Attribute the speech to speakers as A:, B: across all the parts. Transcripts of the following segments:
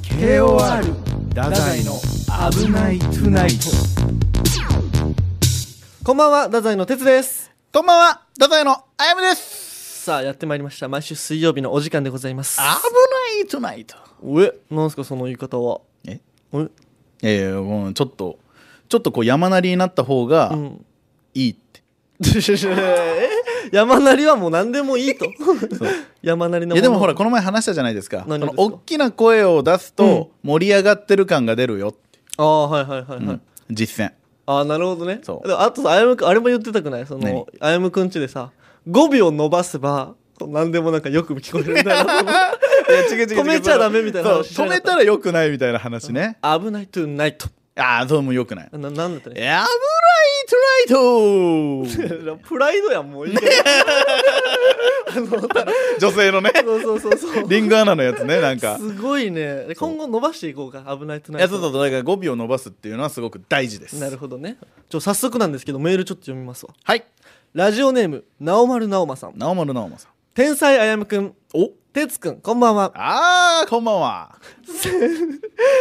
A: KOR 太宰の危ないトゥナイト
B: こんばんは、太宰の哲です。
C: こんばんは、ダザイのあやむです。
B: さあ、やってまいりました。毎週水曜日のお時間でございます。
C: 危ないトゥナイト。
B: え、なんすか、その言い方は。
C: え、
B: え、
C: えー、もうちょっと、ちょっとこう山なりになった方が
B: ん
C: いい って。
B: え山なりはもう何でもいい と。山なりの
C: いやでも
B: の
C: ほら、この前話したじゃないですか。こ
B: 何が
C: の
B: ですか
C: 大きな声を出すと盛り上がってる感が出るよって。
B: ああ、はいはいはいはい。
C: うん実践。
B: ああ、なるほどね。
C: そう
B: でもあとさ、あやむくん、あれも言ってたくないその、あやむくんちでさ、5秒伸ばせば、こう何でもなんかよく聞こえるみたいな。 止めちゃダメみたいな
C: そう
B: 話しな
C: 止
B: かっ
C: めたらよくないみたいな話ね。
B: 危ないトゥナイト。
C: ああ、そうもよくない。
B: な、なんだった
C: 危
B: ね。
C: ないトゥ ナイト
B: プライドやん、もういいけど。
C: 女性のね、
B: そうそうそうそう。
C: リンゴアナのやつね、なんか。
B: すごいねで今後伸ばしていこうか危ないとないい
C: やそうそうそうだから語尾を伸ばすっていうのはすごく大事です
B: なるほどねちょ早速なんですけどメールちょっと読みますわ
C: はい
B: ラジオネームなおまるなおまさん
C: 直丸直馬さん
B: 天才あやむくんおてつくんこんばんは
C: あーこんばんは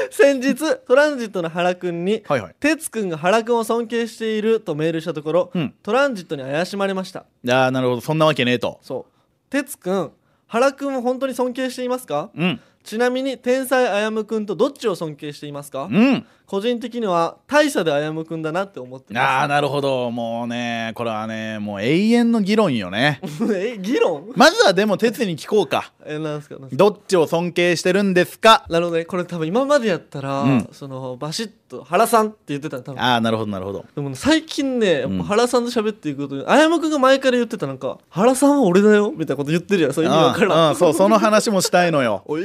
B: 先日トランジットの原くんに
C: はいはい
B: てつくんが原くんを尊敬しているとメールしたところ、
C: うん
B: トランジットに怪しまれました
C: ああなるほどそんなわけねえと
B: そうてつくん原くんを本当に尊敬していますか
C: うん
B: ちなみに天才あやむくんとどっちを尊敬していますか
C: うん
B: 個人的には大差であやむくんだなって思ってます
C: ああなるほどもうねこれはねもう永遠の議論よね
B: え議論
C: まずはでも哲に聞こうか
B: えなんですかなんですか
C: どっちを尊敬してるんですか
B: なるほどねこれ多分今までやったら、
C: うん
B: そのバシッと原さんって言ってたの多分
C: ああなるほどなるほど
B: でもね最近ねやっ
C: うん
B: ぱ原さんと喋っていくことに、あやむくんが前から言ってたなんか「原さんは俺だよ」みたいなこと言ってるやんそう意味わからん
C: うんうんそうその話もしたいの よ
B: おえ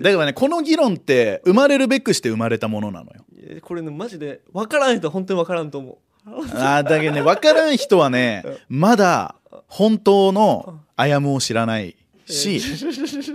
C: だからねこの議論って生まれるべくして生まれたものなのよ
B: ー、いやこれねマジで分からん人は本当に分からんと思う
C: あーだけどね分からん人はねまだ本当のあやむを知らないし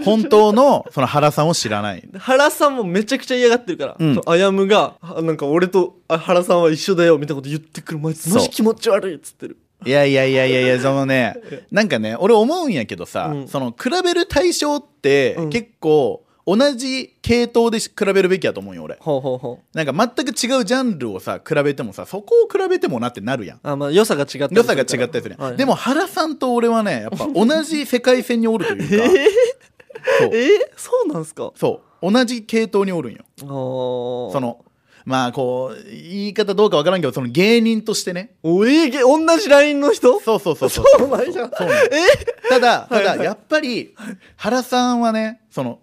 C: 本当のその原さんを知らない
B: で原さんもめちゃくちゃ嫌がってるから、
C: うん
B: そのあやむがあなんか俺とあ原さんは一緒だよみたいなこと言ってくるマジ
C: そう
B: マジ気持ち悪いっつってる
C: いやいやいやいやいやそのねなんかね俺思うんやけどさ、
B: うん
C: その比べる対象って
B: うん
C: 結構同じ系統でし比べるべきやと思うんよ俺
B: ほうほうほう
C: なんか全く違うジャンルをさ比べてもさそこを比べてもなってなるやん
B: あまあ良さが違ったりする
C: 良さが違ったりするやん、
B: はいはい
C: でも原さんと俺はねやっぱ同じ世界線におるというか、そう
B: えー、そうなんすか
C: そう同じ系統におるんよ
B: あー
C: そのまあこう言い方どうかわからんけどその芸人としてね
B: おえげ同じラインの人
C: そうそうそうそう
B: そうなんじゃん
C: そうなん
B: え
C: ただた
B: はいはい
C: だやっぱり原さんはねその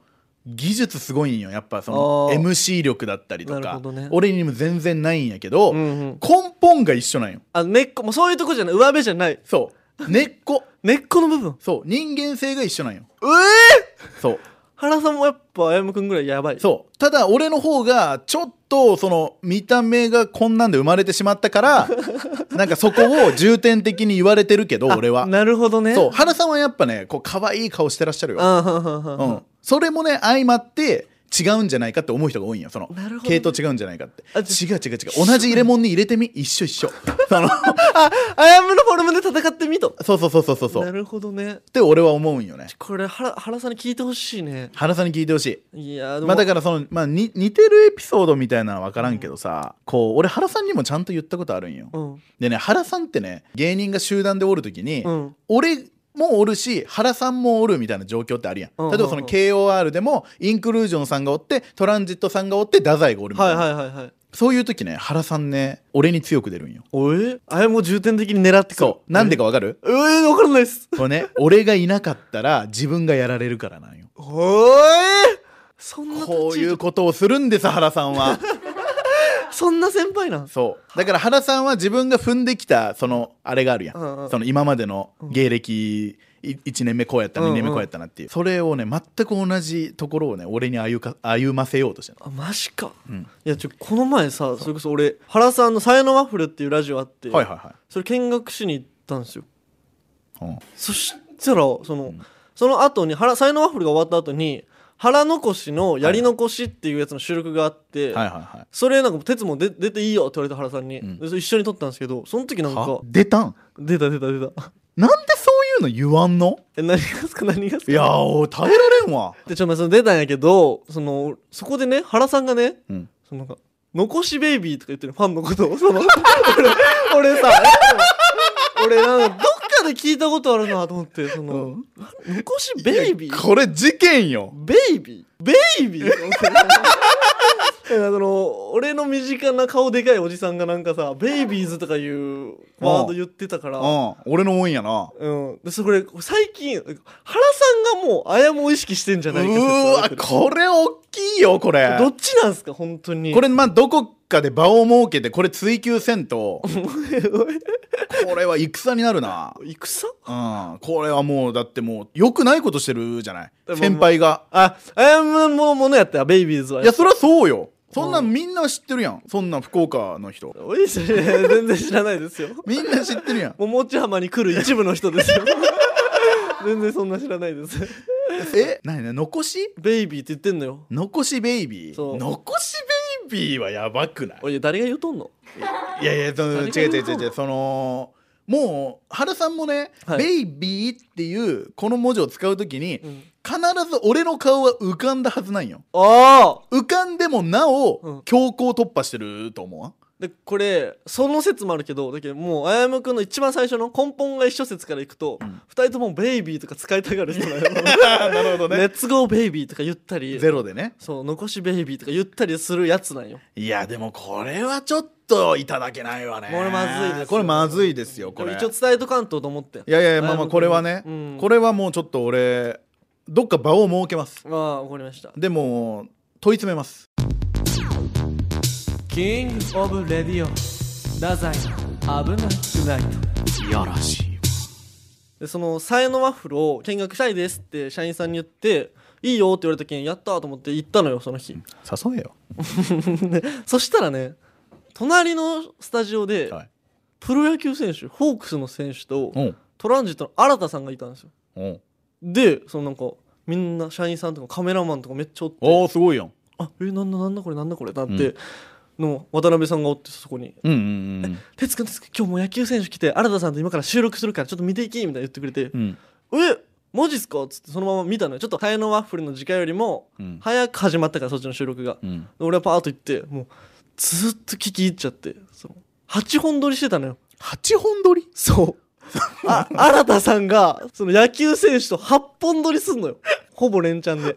C: 技術すごいんよやっぱその
B: あー
C: MC 力だったりと
B: なる
C: か
B: ほ、どね
C: 俺にも全然ないんやけど、
B: うんうん
C: 根本が一緒なんよ
B: あ根っこもうそういうとこじゃない上辺じゃない
C: そう根っこ
B: 根っこの部分
C: そう人間性が一緒なんよ
B: え
C: そう
B: 原さんもやっぱあやむくんぐらいやばい
C: そうただ俺の方がちょっとその見た目がこんなんで生まれてしまったから なんかそこを重点的に言われてるけど
B: あ
C: 俺は
B: なるほどね
C: そう原さんはやっぱねこう可愛い顔してらっしゃるよ、
B: あーはんはんはん
C: う
B: はん
C: ん、それもね相まって違うんじゃないかって思う人が多いんよその
B: なるほど
C: 系
B: ね
C: 統違うんじゃないかって
B: あ
C: 違う違う違う同じ入れ物に入れてみ一緒一 緒その
B: ああやむのフォルムで戦ってみと
C: そうそうそうそうそうそう
B: な
C: っ
B: るほどね
C: て俺は思うんよね
B: これ原原さんに聞いてほしいね
C: 原さんに聞いてほしい
B: いやーでも、
C: まあだからその、まあ、に似てるエピソードみたいなのは分からんけどさ、こう俺原さんにもちゃんと言ったことあるんよ、
B: うん
C: でね原さんってね芸人が集団でおる時に、
B: うん
C: 俺もおるし原さんもおるみたいな状況ってあるやん、
B: うんうん
C: 例えばその KOR でもインクルージョンさんがおってトランジットさんがおって太宰がおるみたい
B: は
C: な、
B: いはいはいはい
C: そういう時ね原さんね俺に強く出るんよ
B: おえあやむを重点的に狙ってくる
C: そうなんでかわかる
B: えー、わかんないっす
C: これ ね俺がいなかったら自分がやられるからなんよ
B: おえそんな
C: こうい
B: 立ち位
C: う
B: 置
C: ことをするんです原さんは
B: そんな先輩なん
C: そうだから原さんは自分が踏んできたそのあれがあるやん、
B: うんうん
C: その今までの芸歴1年目こうやった
B: うんう
C: 2
B: ん
C: 年目こうやったなっていう、それをね全く同じところをね俺に歩か歩ませようとしてる
B: あマジか、
C: うん
B: いやちょこの前さそれこそ俺原さんの「さやのワッフル」っていうラジオあって、
C: はいはいは
B: それ見学しに行ったんですよ
C: い、うん
B: そしたらその、その後に原さやのワッフルが終わった後に腹残しのやり残しっていうやつの収録があって、
C: はいはいはい
B: それなんか「哲も出出ていいよ」って言われた原さんに、
C: ん
B: でそれ一緒に撮ったんですけどその時なんか
C: は出たん
B: 出た出た出た
C: なんでそういうの言わんの
B: え何がですか何がですか
C: いやー俺耐えられんわ、
B: でちょっと待ってその出たんやけどそのそこでね原さんがね
C: うん、
B: そのなんか残しベイビーとか言ってるファンのことをその 俺俺さえ俺なんかどっかで聞いたことあるなと思ってその、残しベイビー
C: これ事件よ
B: ベイビーベイビー なんかその俺の身近な顔でかいおじさんがなんかさ「ベイビーズ」とかいうワード言ってたか
C: う
B: ら、
C: ん俺のもんやな
B: うん、でそれ最近原さんがもうあやもを意識してんじゃ
C: う
B: ないか
C: ーわこれ大きいよこれ
B: どっちなんすか本当に
C: これまあどこかで場を設けてこれ追求せん とこれは戦になるな
B: 戦
C: うんこれはもうだってもう良くないことしてるじゃない
B: でも
C: 先輩が
B: ああやものものやったよベイビーズはい
C: やそりゃそうよそんなんみんな知ってるやんそんなん福岡の人
B: おいしい全然知らないですよ
C: みんな知ってる やん
B: 桃地浜に来る一部の人ですよ全然そんな知らないです
C: え何何残し
B: ベイビーって言ってんのよ
C: 残しベイビ
B: そ
C: ー
B: う
C: 残しベイビーはやばくない
B: おい誰が言うとんの
C: いやいやその違う
B: 何が
C: 違う違
B: 言うの
C: う違うそのもう原さんもね「
B: はい
C: ベイビー」っていうこの文字を使うときに、
B: ん
C: 必ず俺の顔は浮かんだはずなんよ
B: ああ
C: 浮かんでもな
B: う
C: お
B: ん
C: 強行突破してると思うわ
B: でこれその説もあるけどだけどもうあやむくんの一番最初の根本が一緒説からいくと、二人ともベイビーとか使いたがる 人なのよ
C: なる ほど
B: レッツゴーベイビーとか言ったり
C: ゼロでね
B: そう残しベイビーとか言ったりするやつなんよ
C: いやでもこれはちょっといただけないわね
B: これまずいですよ
C: これまずいですよこ
B: これ
C: れい
B: 一応伝えとかんとと思って
C: やいやいやまあまあこれはね、
B: うん
C: これはもうちょっと俺どっか場を設けます
B: ああわかりました
C: でも問い詰めます
B: キングオブレディオダザイ危なくない
C: いやらしい
B: でそのサエのワッフルを見学したいですって社員さんに言っていいよって言われた時にやったーと思って行ったのよその日
C: 誘えよ、
B: そしたらね隣のスタジオで、
C: はい
B: プロ野球選手ホークスの選手と、
C: うん
B: トランジットの新田さんがいたんですよ
C: うん
B: でそのなんかみんな社員さんとかカメラマンとかめっちゃおって
C: おーすごいやん
B: あえなんだなんだこれなんだこれなって、の渡辺さんがおってそこに
C: うんうん
B: 「哲くん哲くん今日もう野球選手来て新田さんと今から収録するからちょっと見ていき」みたいな言ってくれて
C: うんうん
B: 「えマジっすか?」っつってそのまま見たのよちょっとハエのワッフルの時間よりも
C: うん
B: 早く始まったからそっちの収録が、
C: うん
B: で俺はパーッと行ってもうずーっと聞き入っちゃってその8本撮りしてたのよ
C: 8本撮り
B: そうあ 新田さんがその野球選手と8本撮りすんのよほぼ連チャンで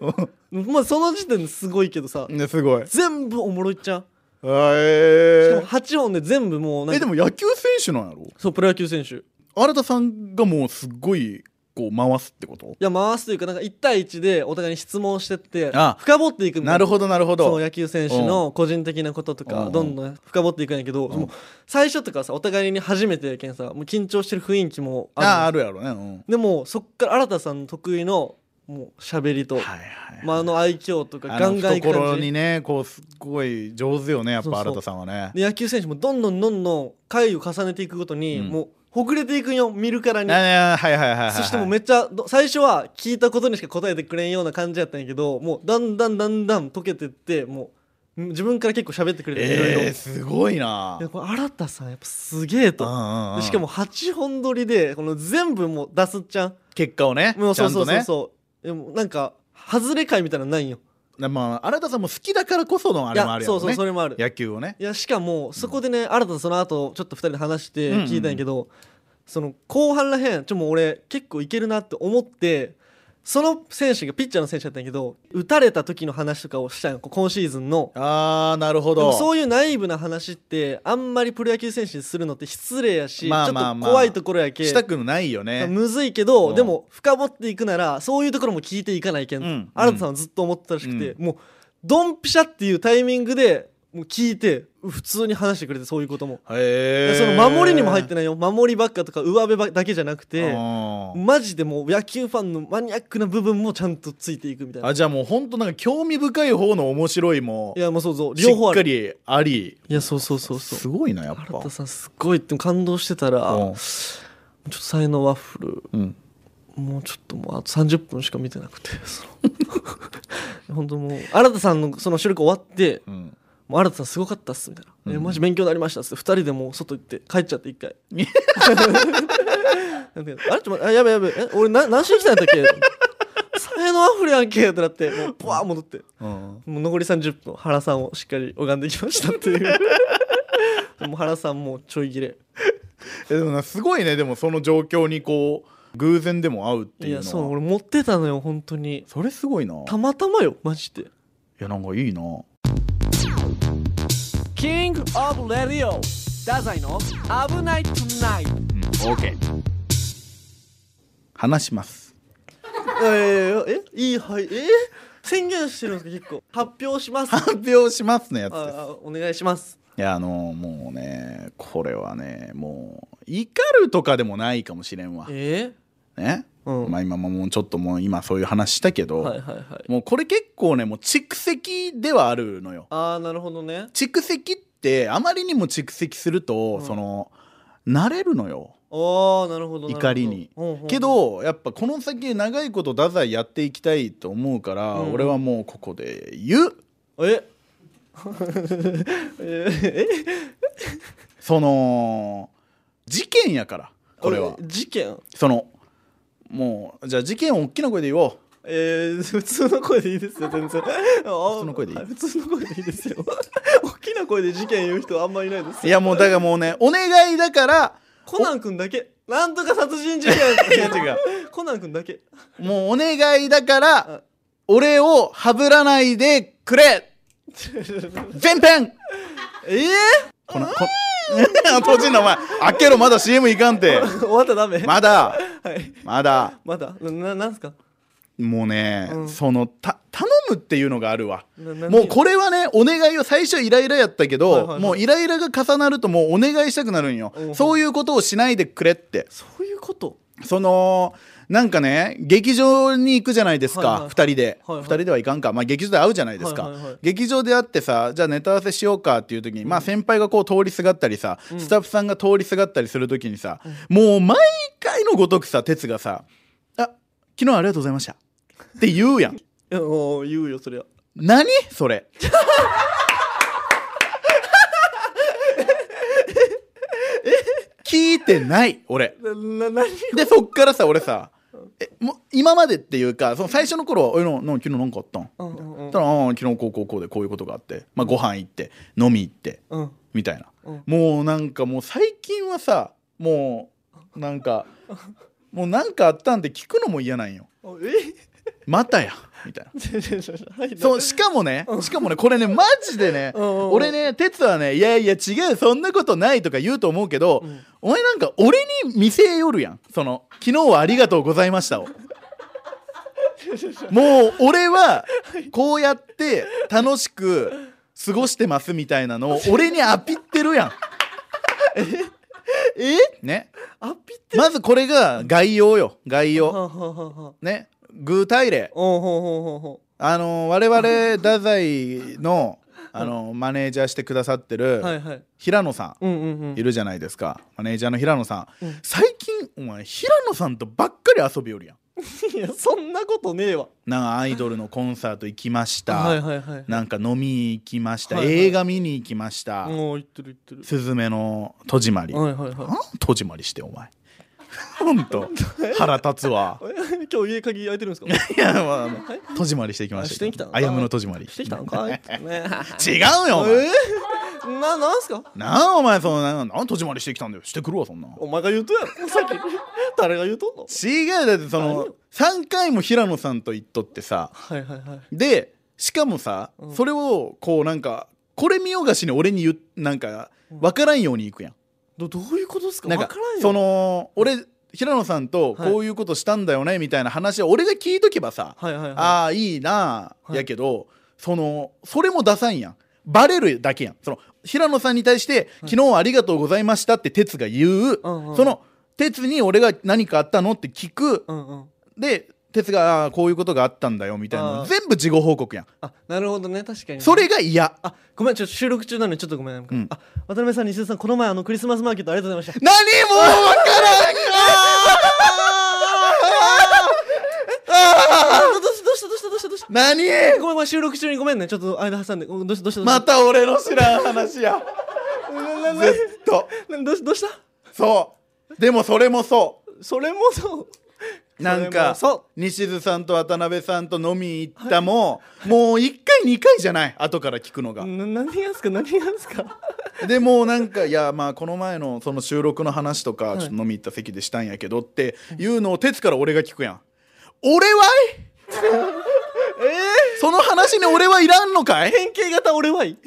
B: まあその時点ですごいけどさ
C: ねすごい
B: 全部おもろいっちゃん
C: え
B: しか
C: ー、
B: も8本で全部もうなんか
C: えでも野球選手なんやろ
B: そうプロ野球選手い
C: 新田さんがもうすっごいこう回すってこと
B: や回すというかなんか1対1でお互いに質問してって
C: あ
B: 深掘っていくみたい
C: なるほどなるほ
B: そう
C: ど
B: 野球選手の個人的なことと
C: う
B: か
C: ん
B: どんどん深掘っていくんやけど、
C: ん
B: もう最初とかさお互いに初めてやけんさもう緊張してる雰囲気もある
C: あああるやろねうん
B: でもそっから新田さんの得意のもう喋りと、
C: はいはい
B: まあ、あの愛嬌とか
C: あ
B: ガ
C: の
B: ンガンいく
C: 懐
B: 感
C: に
B: じ
C: ねこうすっごい上手よねやっ
B: そうそ
C: ぱ
B: う
C: 新田さんはね
B: で野球選手もどんどんどんどん回を重ねていくごとに、
C: うん
B: もうほぐれていくんよ見るからに
C: ああはいはいはいはいはい
B: そしてもうめっちゃど最初は聞いたことにしか答えてくれんような感じやったんやけどもうだんだんだんだん溶けてってもう自分から結構喋ってくれていろいろ
C: えー、すごいな
B: でこれ新田さんやっぱすげえと
C: うんうんうん
B: でしかも8本撮りでこの全部もう出すっちゃん
C: 結果をね
B: もう
C: ちゃ
B: そう
C: と
B: んそうそう
C: ね
B: そうでもなんか外れ会みたいなのないんよ
C: まあ新田さんも好きだからこそのあれもある
B: いや
C: やろ
B: そう
C: ね
B: そうそれもある
C: 野球をね
B: いやしかもそこでね、新たにその後ちょっと2人で話して聞いたんやけど、その後半らへんちょもう俺結構いけるなって思ってその選手がピッチャーの選手だったんやけど打たれた時の話とかをしたんよこう今シーズンの
C: ああなるほ
B: で
C: ど
B: もそういうナイーブな話ってあんまりプロ野球選手にするのって失礼やし、
C: まあまあまあ
B: ちょっと怖いところやけ
C: したくないよね
B: むずいけ
C: う
B: ど、
C: ん
B: でも深掘っていくならそういうところも聞いていかないけん、
C: うん
B: 新田さんはずっと思ってたらしくて、
C: う
B: もうドンピシャっていうタイミングでもう聞いて普通に話してくれてそういうことも、
C: へえ
B: その守りにも入って
C: な
B: ないよ守りばっかとか上辺ばっかだけじゃなくて、
C: あー
B: マジでもう野球ファンのマニアックな部分もちゃんとついていくみたいな
C: あじゃあもうほんとなんか興味深い方の面白いも
B: いやもうそうそう
C: し
B: 両方
C: っ
B: あ
C: か
B: る
C: りあり
B: いやそうそうそうそう
C: すごいなやっ
B: 新
C: ぱ
B: 田さんすごいって感動してたら、
C: うん
B: ちょっと才能ワッフル
C: うん
B: もうちょっともうあと30分しか 見てなくてその本当もう新田さんのその収録終わって
C: うん
B: もう新田さんすごかったっすみたいな、えマジ勉強になりましたっつって2人でもう外行って帰っちゃって1回 なんであれちょっと待ってあやべやべえ俺な何しに来たんやったっけ才能アフリやんけってなってもうブワー戻って
C: うん
B: もう残り30分原さんをしっかり拝んできましたっていう もう原さんもうちょい切れ
C: えでもなすごいねでもその状況にこう偶然でも会うって
B: い
C: いうの
B: や
C: は
B: そう俺持ってたのよ本当に
C: それすごいない
B: たまたまよマジで
C: やなんかいいな
A: キングオブレディオ太宰の危ないトゥナイト
C: うん OK 話します
B: えー、えいいはいえー宣言してるんですか結構発表します
C: 発表しますのやつです
B: ああお願いします
C: いやあのもうねこれはねもう怒るとかでもないかもしれんわ
B: え
C: ね、
B: うん
C: まあ今ももうちょっともう今そういう話したけ
B: ー、
C: ど、
B: はいはいはい
C: もうこれ結構ねもう蓄積ではあるのよ
B: ああなるほどね
C: 蓄積ってあまりにも蓄積すると、
B: うん
C: その慣れるのよ
B: ああなるほどなるほど
C: 怒りに
B: ほうほうほう
C: けどやっぱこの先長いこと太宰やっていきたいと思うから、
B: うん
C: 俺はもうここで言う
B: ええ
C: その事件やからこれは
B: え事件
C: そのもうじゃあ事件を大きな声で言おう
B: えー、普通の声でいいですよ全然普
C: 通の声でいい
B: 普通の声でいいですよ 大きな声で事件言う人あんまいないです
C: いやもうだからもうねお願いだから
B: コナン君だけなんとか殺人事件
C: いや違う
B: コナン君だけ
C: もうお願いだから
B: あ
C: 俺をはぶらないでくれ全編
B: ええ
C: こ のこ閉じんなお前開けろまだ CM いかんて
B: 終わったらダメ、
C: まだ
B: はい
C: まだ
B: まだなななんすか
C: もうね、
B: うん
C: そのた頼むっていうのがあるわ
B: な何
C: もうこれはねお願いを最初イライラやったけど、
B: はいはいはい
C: もうイライラが重なるともうお願いしたくなるんよ、
B: うん
C: そういうことをしないでくれって
B: そういうこと
C: そのなんかね劇場に行くじゃないですか、
B: はいはい
C: 2人で、
B: はいは
C: 2
B: い
C: 人ではいかんか、まあ、劇場で会うじゃないですか、
B: はいはいはい
C: 劇場で会ってさじゃあネタ合わせしようかっていう時に、まあ、先輩がこう通りすがったりさ、スタッフさんが通りすがったりする時にさ、もう毎回のごとくさ哲がさ「あ昨日ありがとうございました」って言うや ん
B: いやもう言うよそりゃ
C: 何そ れ聞いてない俺。
B: なな何
C: でそっからさ俺さえもう今までっていうかその最初の頃は「おいのの昨日なんかあったん?」
B: うんうんうん
C: たらああ「昨日こうこうこうでこういうことがあって、まあ、ご飯行って飲み行って
B: うん」
C: みたいな、
B: うん
C: もうなんかもう最近はさもうなんかもうなんかあったんで聞くのも嫌なんよ
B: あえ
C: 「またや」みたいな。
B: はい
C: そうしかもねしかもねこれねマジでね
B: うんうんうん
C: 俺ね哲はね「いやいや違うそんなことない」とか言うと思うけど、
B: ん
C: お前なんか俺に見せよるやんその「昨日はありがとうございましたを」 もう俺はこうやって楽しく過ごしてますみたいなのを俺にアピってるや ん。ええね
B: アピって
C: まずこれが概要よ概要。
B: はははは
C: ね具体例。
B: おうほうほうほうほ
C: あの我々太宰のあのマネージャーしてくださって
B: うはい
C: る
B: はい
C: 平野さ
B: うんうんうん
C: んいるじゃないですかマネージャーの平野さん、
B: うん
C: 最近お前平野さんとばっかり遊びよるやん
B: いやそんなことねえわ
C: なんかアイドルのコンサート行きました、
B: はいはいはい
C: なんか飲み行きました、
B: はいはい
C: 映画見に行きました
B: もう言ってる言
C: 「
B: って
C: すずめの戸締まり」
B: るはいはいは
C: なん戸締まりしてお前ほんと腹立つわ
B: い今日家鍵開いてるんですか
C: いやまああの戸締まりしてきました
B: あしてきたの
C: あやむの戸締まり
B: してきたんかいね
C: 違うよお前、
B: えななんすか
C: なあお前そのななん戸締まりしてきたんだよしてくるわそんな
B: お前が言うとやろ さっき誰が言うとんの
C: 違うだってそ
B: 何
C: の
B: よ
C: 3回も平野さんと言っとってさ
B: はいはいはい
C: でしかもさ、
B: うん
C: それをこうなんかこれ見よがしに俺に言うなんか分からんようにいくやん、
B: どどういうことですか
C: なん
B: わ
C: か
B: からんよ
C: その俺平野さんと
B: はい
C: こういうことしたんだよねみたいな話を俺が聞いとけばさ、
B: はいはいはい
C: ああいいなあ、
B: はい
C: やけどそのそれも出さんやんバレるだけやんその平野さんに対して「昨日はありがとうございました」って哲が言う、
B: うんうん
C: その哲に俺が何かあったのって聞く、
B: うんうん
C: で哲があー「こういうことがあったんだよ」みたいな
B: あ
C: の
B: ー
C: 全部事後報告やん
B: あなるほどね確かに
C: それが嫌
B: あごめんちょっと収録中なのにちょっとごめん、
C: ん
B: あ渡辺さん西田さんこの前あのクリスマスマーケットありがとうございました
C: 何もう分からんか
B: あーどうしたどうしたどうしたどうしたどうした
C: 何
B: ごめんごめん収録中にごめんねちょっと間挟んでどうしたどうした
C: また俺の知らん話やずっと
B: どうしたどうした
C: そうでもそれもそ
B: それもそう
C: うなんか
B: それもそ
C: 西津さんと渡辺さんと飲み行ったも、もう1回2回じゃない後から聞くのが、
B: な何がですか何がですか
C: でもうなんかいやまあこの前のその収録の話とかちょっと飲み行った席でしたんやけどっていうのを鉄から俺が聞くやん俺はい その話に俺はいらんのかい
B: 変形型俺はい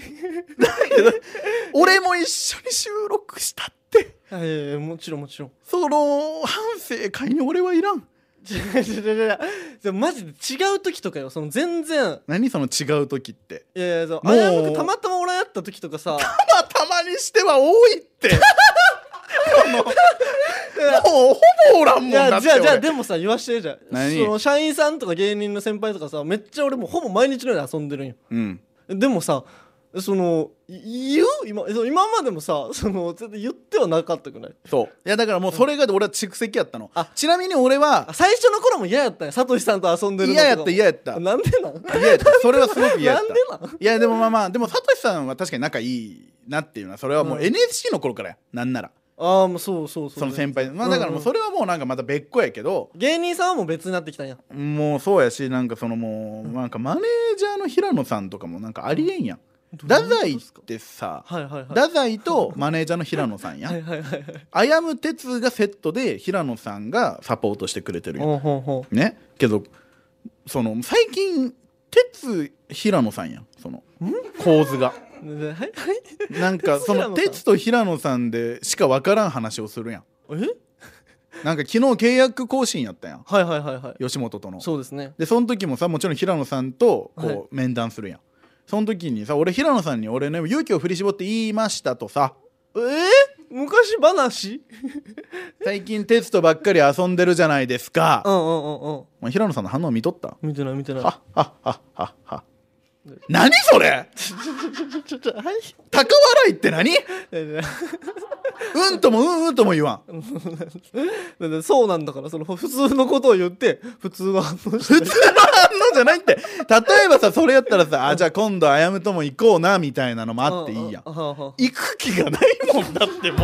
C: 俺も一緒に収録したって
B: えもちろんもちろん
C: その反省会に俺はいらん
B: 違う違う違う違うでもマジで違う時とかよその全然
C: 何その違う時って
B: いやいやそう
C: もう
B: 危うくたまたま俺やった時とかさ
C: まあたまにしては多いって このもうほぼおらんも
B: い
C: んだ
B: や
C: って
B: じゃあじゃあ
C: 俺
B: でもさ言わしてじゃあ
C: 何
B: その社員さんとか芸人の先輩とかさめっちゃ俺もうほぼ毎日のように遊んでるんよ
C: うん
B: でもさそのい言う今そう今までもさその全然言ってはなかったくない
C: そういやだからもうそれが俺は蓄積やったの、
B: あ
C: ちなみに俺は
B: あ最初の頃も嫌やったんやサトシさんと遊んでるのと
C: 嫌
B: か
C: やった嫌やった
B: なんでなん
C: 嫌やったそれはすごく嫌やっ
B: なんで
C: た
B: なん
C: いやでもまあまあでもサトシさんは確かに仲いいなっていうのはそれはもう
B: う
C: NSC の頃からやなんなら
B: ああもうそうそうそう
C: その先輩まあ
B: うんう
C: だ
B: ん
C: からもうそれはもうなんかまた別個やけど
B: 芸人さんはもう別になってきたんや
C: もうそうやしなんかそのもうなんかマネージャーの平野さんとかもなんかありえんやん太宰ってさ
B: はいはいはい
C: 太宰とマネージャーの平野さんや
B: は
C: ん
B: いはいはいはい
C: あやむ哲がセットで平野さんがサポートしてくれてるやん
B: ほうほうほう
C: ねけどその最近鉄平野さんやんその構図が
B: はいはい
C: なんかその
B: 鉄平野さん
C: 鉄と平野さんでしか分からん話をするやん
B: え
C: なんか昨日契約更新やったやん
B: はいはいはいはい
C: 吉本との
B: そうですね
C: でその時もさもちろん平野さんとこう、
B: はい
C: 面談するやんその時にさ俺平野さんに俺ね勇気を振り絞って言いましたとさ
B: えー、昔話
C: 最近鉄とばっかり遊んでるじゃないですか、
B: うんうんうんうん
C: お前平野さんの反応見とった
B: 見てない見てない
C: はっはっはっはっは何それ
B: ちょちょはい
C: 高笑いって何うんともうんうんとも言わん
B: だってそうなんだからその普通のことを言って普通の反応して
C: 普通の反応じゃないって例えばさそれやったらさあじゃあ今度あやむとも行こうなみたいなのもあっていいやん
B: ああああ
C: 行く気がないもんだっても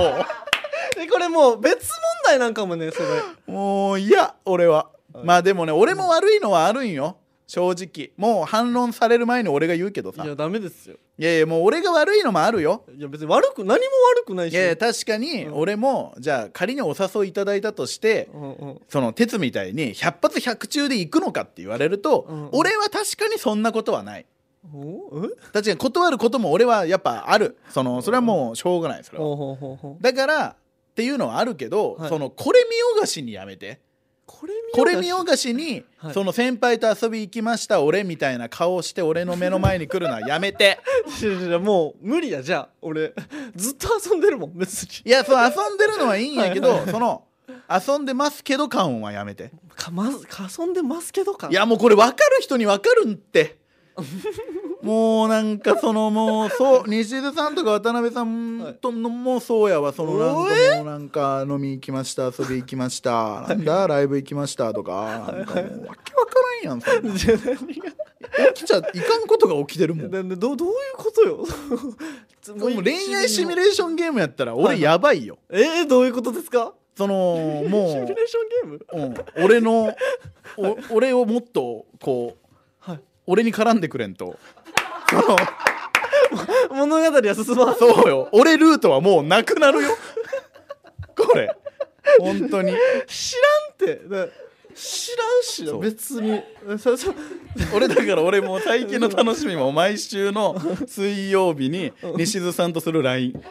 B: でこれもう別問題なんかもねそれ
C: うもういや俺はまあでもね俺も悪いのはあるんよ正直もう反論される前に俺が言うけどさ
B: いやダメですよ
C: いやいやもう俺が悪いのもあるよ
B: いや別に悪く何も悪くないし
C: いやいや確かに俺もじゃあ仮にお誘いいただいたとして
B: うんうん
C: その鉄みたいに100発100中で行くのかって言われると、
B: うんうん
C: 俺は確かにそんなことはない
B: おえ
C: 確かに断ることも俺はやっぱあるそのそれはもうしょうがないそれは
B: ほうほうほうほう
C: だからっていうのはあるけど、
B: はい
C: そのこれ見よがしにやめて
B: これ見
C: これ
B: だし
C: 見よがしに、
B: はい
C: その先輩と遊び行きました俺みたいな顔をして俺の目の前に来るのはやめて
B: 違う違う違うもう無理やじゃあ俺ずっと遊んでるもん別に
C: いやその遊んでるのはいいんやけど、その遊んでますけど感はやめて
B: かまずか遊んでますけどか
C: い やもうこれ分かる人に分かるんって もうなんかそのもう そう西津さんとか渡辺さんとのもそうやわそのなんかもうなんか飲み行きました遊び行きましたなんだライブ行きましたとかなんかもうわけ分からんやんそんな
B: じゃあ何が
C: 起きちゃいかんことが起きてる もん
B: なんでどうどういうことよ
C: もう恋愛シミュ
B: レ
C: レーションゲームやったら俺やばいよ
B: えー、どういうことですか
C: そ の
B: シミ
C: も
B: ュレーションゲーム
C: う、うん、俺のお俺をもっとこう
B: はい
C: 俺に絡んでくれんとその
B: 物語は進まん
C: そうよ俺ルートはもうなくなるよ これ本当に
B: 知らんってだ知らんしな
C: そう
B: 別にそ そ
C: 俺だから俺もう最近の楽しみも毎週の水曜日に西津さんとする LINE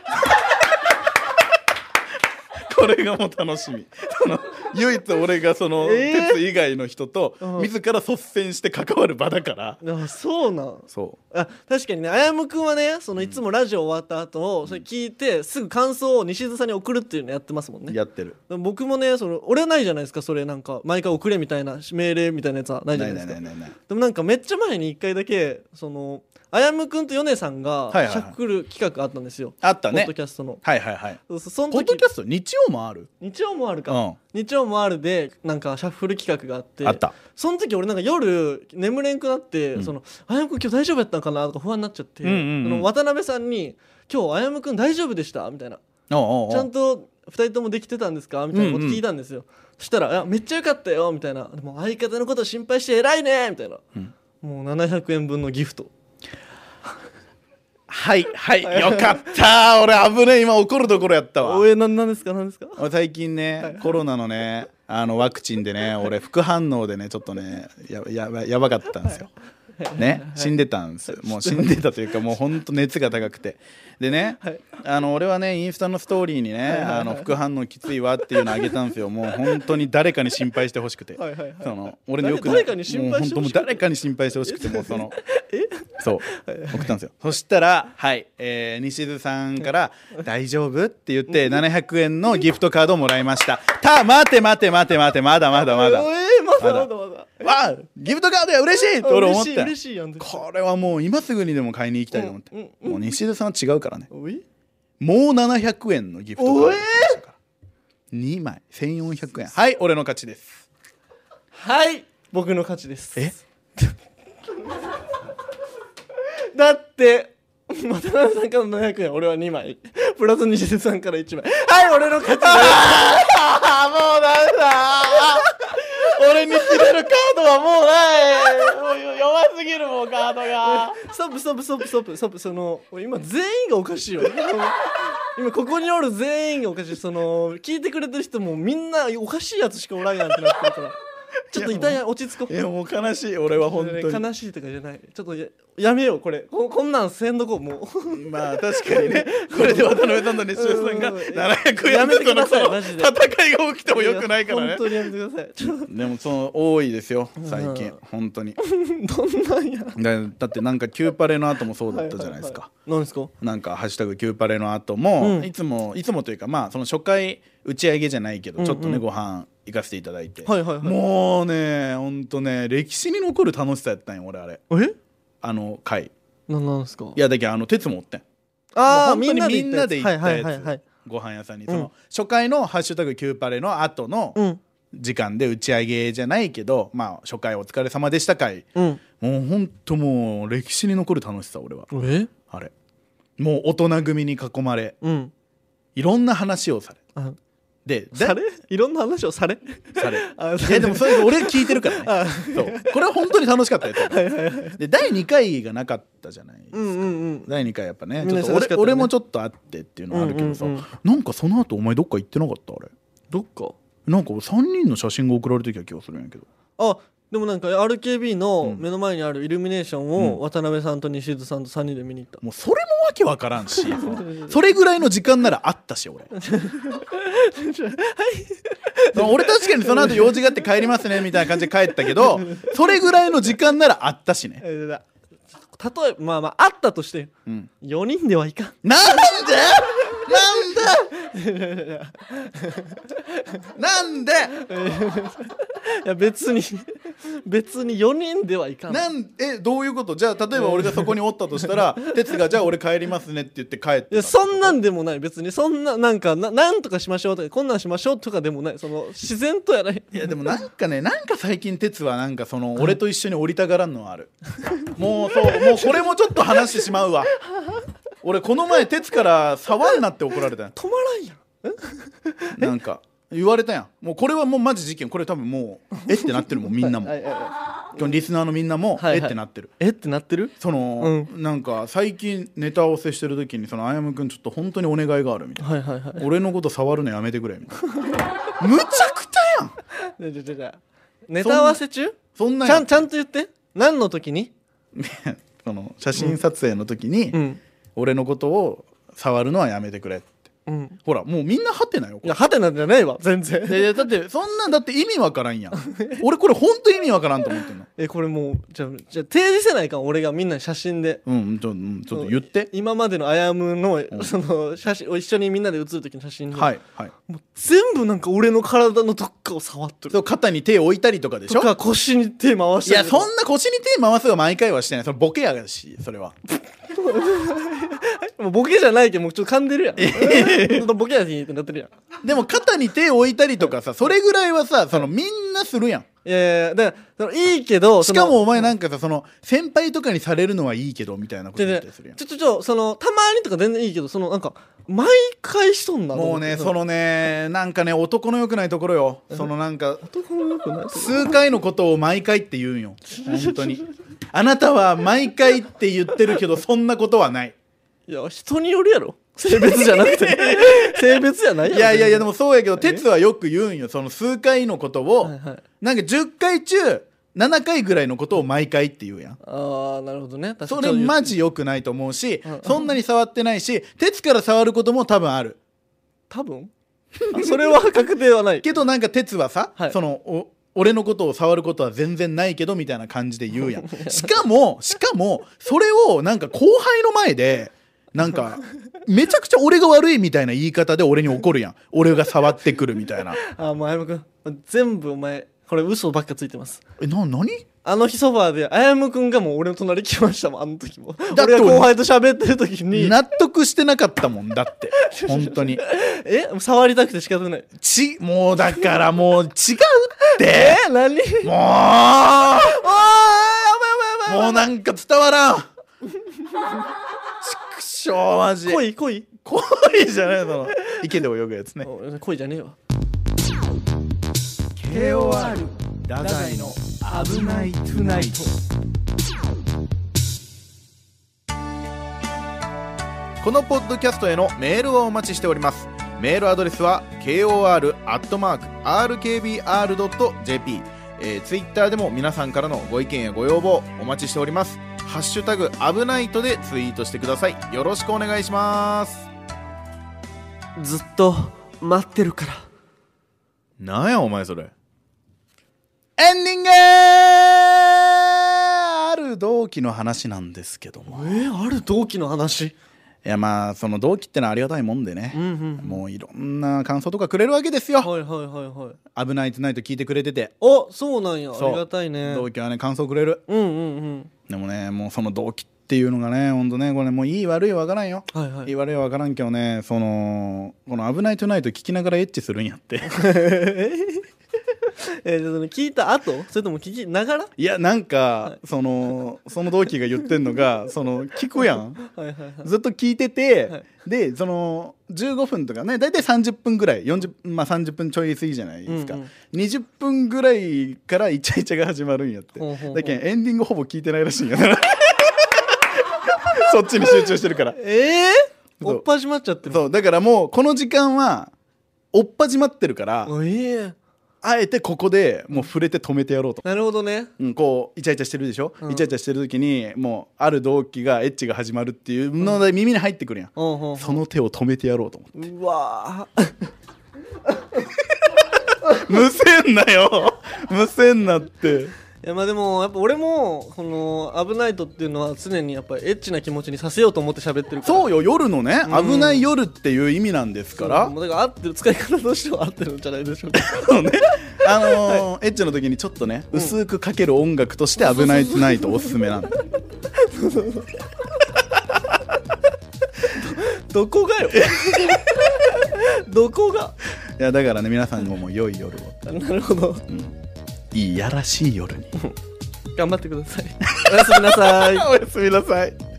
C: これがもう楽しみその唯一俺がその、
B: えー
C: 鉄以外の人と
B: うん
C: 自ら率先して関わる場だから
B: あそうなん
C: そ
B: あ確かにねあやむくんはねそのいつもラジオ終わった後、それ聞いてすぐ感想を西津さんに送るっていうのやってますもん
C: う
B: ね
C: やってる
B: 僕もねその俺はないじゃないですかそれなんか毎回送れみたいな命令みたいなやつはないじゃ
C: な
B: ない
C: い
B: で
C: ない
B: す
C: な
B: か
C: いないない
B: でもなんかめっちゃ前に一回だけそのあやむくんと米さんが
C: はいはいはい
B: しゃくる企画あったんですよ、
C: あった
B: ポッ
C: ね
B: ドキャストの
C: はいはいはい
B: そうそうその
C: ポッ
B: 時
C: ドキャスト日曜もある
B: 日曜もある
C: う
B: か、
C: ん
B: 日曜もあるでなんかシャッフル企画があって
C: あった
B: その時俺なんか夜眠れんくなって、
C: うん
B: そのあやむくん今日大丈夫やったんかなとか不安になっちゃって、
C: うんうんうん
B: その渡辺さんに「今日あやむくん大丈夫でした?」みたいな
C: おうおうおう
B: ちゃんと2人ともできてたんですかみたいなこと聞いたんですよ、そしたらいや「めっちゃ良かったよ」みたいな「でも相方のこと心配して偉いね」みたいな、
C: うん
B: もう700円分のギフト
C: はいはいよかった俺危ねえ今怒るところやったわ
B: 応援なんなんですかなんで すか
C: 俺最近ねコロナのねあのワクチンでね俺副反応でねちょっとねややばやばかったんですよ。ね死んでたんですよもう死んでたというかもうほんと熱が高くてでね、
B: はい
C: あの俺はねインスタのストーリーにねあの副反応きついわっていうのあげたんですよもう本当に誰かに心配してほしくて、
B: はいはいはい
C: その俺のよくな
B: 誰誰かに心配してほしくて
C: もう本当もう誰かに心配してほしくてもうその そう送ったんですよそしたらはい、えー、西津さんから「大丈夫?」って言って700円のギフトカードをもらいましたた待て待て待て待てまだまだまだ
B: え
C: わ
B: ーまだまだまだ
C: あギフトカードや嬉しいって 俺思
B: 嬉
C: っ
B: しい
C: た
B: 嬉しいやん絶対
C: これはもう今すぐにでも買いに行きたいと思って、
B: うん
C: もう西出さんは違うからね
B: おい
C: もう700円のギフトカードでしたから2枚1400円はい俺の勝ちです
B: はい僕の勝ちです
C: え
B: だって 渡辺さんから700円俺は2枚プラス西瀬さんから1枚はい俺の勝 ちです
C: あもうなんだ俺に切れるカードはもうないもう弱すぎるもうカードが
B: ストップストップストップストップストップその今全員がおかしいよ今ここにおる全員がおかしいその聞いてくれてる人もみんなおかしいやつしかおらんやんってなってるからちょっと痛いや落ち着こう
C: いやもう悲しい俺は本当に
B: 悲しいとかじゃないちょっとややめようこれここんなんせんどこうもう
C: まあ確かにねこれで渡辺さんと西出さんが
B: うん
C: 700
B: や
C: 円
B: め
C: ず
B: てく
C: つ
B: だ
C: の
B: さい
C: この
B: マジで
C: 戦いが起きてもよくないからね
B: 本当にやめてくださいちょっと
C: でもその多いですよ最近
B: うん
C: 本当に
B: どんなんや
C: だだってなんかキューパレの後もそうだったじゃないですか、
B: 何ですか
C: なんか「ハッシュタグキューパレ」の後も、
B: うん
C: いつもいつもというかまあその初回打ち上げじゃないけど、
B: うん
C: ちょっとねご飯行かせていただいて、
B: はいはいはい
C: もうねほんとね歴史に残る楽しさやったんよ俺あれ
B: え
C: あの回
B: 何なんですか
C: いやだけどあの鉄もおってん
B: あ
C: も
B: あ
C: う
B: みん
C: 本当
B: な
C: に
B: で
C: みんなで行ったやつ、
B: はいはいはいはい
C: ご飯屋さんに
B: う
C: そ
B: ん
C: の、初回の「ハッシュタグキューパレ」の後の
B: うん
C: 時間で打ち上げじゃないけど、まあ初回お疲れ様でした回
B: うん
C: もうほんともう歴史に残る楽しさ俺は
B: え
C: あれもう大人組に囲まれ
B: うん
C: いろんな話をされ
B: あ
C: でだ
B: されいろんな話をされ
C: され
B: あ
C: いやでもそれ俺聞いてるから ね
B: あ
C: そうこれは本当に楽しかったやつだからで第2回がなかったじゃない、
B: うんうんうん
C: 第2回やっぱね
B: みん
C: ちょっ
B: な
C: と
B: 忙しかった
C: 俺,、
B: ね
C: 俺もちょっとあってっていうのはあるけどさ、
B: うんうんうん
C: なんかその後お前どっか行ってなかったあれ
B: どっか
C: なんか3人の写真が送られてきた気がするんやけど
B: あでもなんか RKB
C: う
B: の
C: ん
B: 目の前にあるイルミネーションを渡辺さんと西津さんと3人で見に行った
C: もうそれもわけわからんし それぐらいの時間ならあったし俺 俺確かにその後用事があって帰りますねみたいな感じで帰ったけどそれぐらいの時間ならあったしね、
B: えーだ例えばまあまああったとして
C: うん、
B: 4人ではいかん
C: なんでなんでなんで
B: いや別に 別に4人ではいかん
C: なんえどういうことじゃあ例えば俺がそこにおったとした ら哲が「じゃあ俺帰りますね」って言って帰って
B: いやそんなんでもない別にそんななんかななんとかしましょうとかこんなんしましょうとかでもないその自然とやない
C: いやでもなんかねなんか最近哲はなんかその俺と一緒に降りたがらんのはあるもうそうもうこれもちょっと話してしまうわ俺この前哲から「触んな」って怒られたよ
B: 止まらんやん
C: なんか言われたやんもうこれはもうマジ事件これ多分も うえってなってるもんみんなも
B: はいはいは
C: 今日リスナーのみんなも、
B: はいはい
C: えってなってる
B: いえってなってる
C: その、なんか最近ネタ合わせしてる時にそのあやむくんちょっと本当にお願いがあるみたい
B: はいはいはい
C: な 俺のこと触るのやめてくれみたいなむちゃくちゃやん
B: じゃじゃじゃじゃネタ合わせ中
C: そんな
B: ちゃんちゃんと言って何の時に
C: その写真撮影の時に、
B: うん
C: 俺のことを触るのはやめてくれって
B: うん
C: ほらもうみんなハテナよ
B: いやハテナじゃないわ全然
C: でだってそんなんだって意味わからんやん俺これほんと意味わからんと思ってんの
B: えこれもうじゃあじゃあ提示せないかん俺がみんなに写真で
C: うんちょ,、うん、ちょっと言って
B: 今までのアヤムのその写真を一緒にみんなで写る時の写真に、
C: はいはい
B: もう全部なんか俺の体のどっかを触ってる
C: そう肩に手を置いたりとかでし
B: と
C: ょ
B: か腰に手回し
C: い
B: て
C: やそんな腰に手回すは毎回はしてないそれボケやしそれは
B: もうボケじゃないけどもうちょっと噛んでるやんちょっとボケやしってなってるやん
C: でも肩に手を置いたりとかさそれぐらいはさそのみんなするやん
B: いやいやだからそのいいけどそ
C: し
B: の
C: かもお前なんかさその先輩とかにされるのはいいけどみたいなこと
B: で
C: 言
B: ね
C: ったりするやん
B: ちょちょちょそのたまにとか全然いいけどそのなんか毎回しとんなと
C: も
B: 思
C: う
B: って
C: ねそのねなんかね男の良くないところよそのなんか
B: 男の良くない
C: 数回のことを毎回って言うんよ本当にあなたは毎回って言ってるけどそんなことは ない
B: いや人によるやろ性別じゃなく て性別じゃな
C: い
B: いやろ
C: やいやいやで
B: も
C: もそうやけど哲はよく言うんよその数回のことを、
B: はいはい
C: なんか10回中7回ぐらいのことを毎回って言うやん
B: ああなるほどね確か
C: そ
B: に
C: れ
B: ちょっと
C: マジ良くないと思うし
B: うん
C: そんなに触ってないし鉄から触ることも多分ある
B: 多分あそれは確定はない
C: けどなんか鉄はさ、
B: はい
C: そのお俺のことを触ることは全然ないけどみたいな感じで言うやん しかもしかもそれをなんか後輩の前でなんかめちゃくちゃ俺が悪いみたいな言い方で俺に怒るやん俺が触ってくるみたいな
B: あーもうあやむくん全部お前これ嘘ばっかついてます
C: えな何
B: あの日ソファーであやむくんがもう俺の隣来ましたもんあの時も
C: だって
B: 俺
C: 俺
B: が後輩と喋ってる時に
C: 納得してなかったもんだ って本当に
B: え触りたくて仕方ない
C: ちもうだからもう違うって
B: え何
C: もう
B: おーやばいやばいやばい
C: もうなんか伝わ らんちくしょうマジ
B: 恋恋
C: 恋じゃないその池で泳ぐやつね
B: お恋じゃねえわ
C: KOR 太宰の「危ないトゥナイト」このポッドキャストへのメールをお待ちしておりますメールアドレスは kor.rkbr.jp えー、ツイッターでも皆さんからのご意見やご要望お待ちしておりますハッシュタグ危ないとでツイートしてくださいよろしくお願いします
B: ずっと待ってるから
C: なんやお前それエンディングある同期の話なんですけども
B: えー、ある同期の
C: い
B: 話
C: やまあその同期ってのはありがたいもんでね、
B: うんうん
C: もういろんな感想とかくれるわけですよ
B: はいはいはいは
C: 「
B: い
C: 危ないトゥナイト」聞いてくれてて、
B: あそうなんや
C: そう
B: ありがたいね
C: 同期はね感想くれる
B: うんうんうん
C: でもねもうその同期っていうのがねほんとねこれねもういい悪いわからんよ、
B: はいはい
C: いい悪いわからんけどねそのこの「危ないトゥナイト」聞きながらエッチするんやって
B: えー、その聞いた後それとも聞きながら
C: いやなんか、そのその同期が言ってんのがその聞くやん
B: はいはいはい
C: ずっと聞いてて、
B: はい
C: でその15分とかね大体30分ぐらい40、まあ、30分ちょい過ぎじゃないですか、
B: うんうん
C: 20分ぐらいからイチャイチャが始まるんやって
B: ほうほうほう
C: だけんエンディングほぼ聞いてないらしいんやな そっちに集中してるから
B: ええー、
C: そう
B: おっぱじまっちゃってる
C: そうだからもうこの時間は追っ始まってるから
B: おええ
C: あえてここでもう触れて止めてやろうと。
B: なるほどね
C: うん、こうイチャイチャしてるでしょ、
B: うん
C: イチャイチャしてる時にもうある同期がエッチが始まるっていうので耳に入ってくるやん、
B: うんうん
C: その手を止めてやろうと思って
B: うんうわー
C: むせんなよむせんなって
B: いやまあでもやっぱ俺もこの「危ないと」っていうのは常にやっぱエッチな気持ちにさせようと思って喋ってるから
C: そうよ夜のね
B: うん
C: 危ない夜っていう意味なんですから、
B: もうだから合ってる使い方としては合ってるんじゃないでしょうか
C: そうね あのーエッチの時にちょっとね薄くかける音楽として危ないトゥナイトおすすめなんで
B: どこがよ どこが
C: いやだからね皆さんももう良い夜を
B: なるほど
C: いいやらしい夜に
B: 頑張ってくださいおやすみなさい
C: おやすみなさい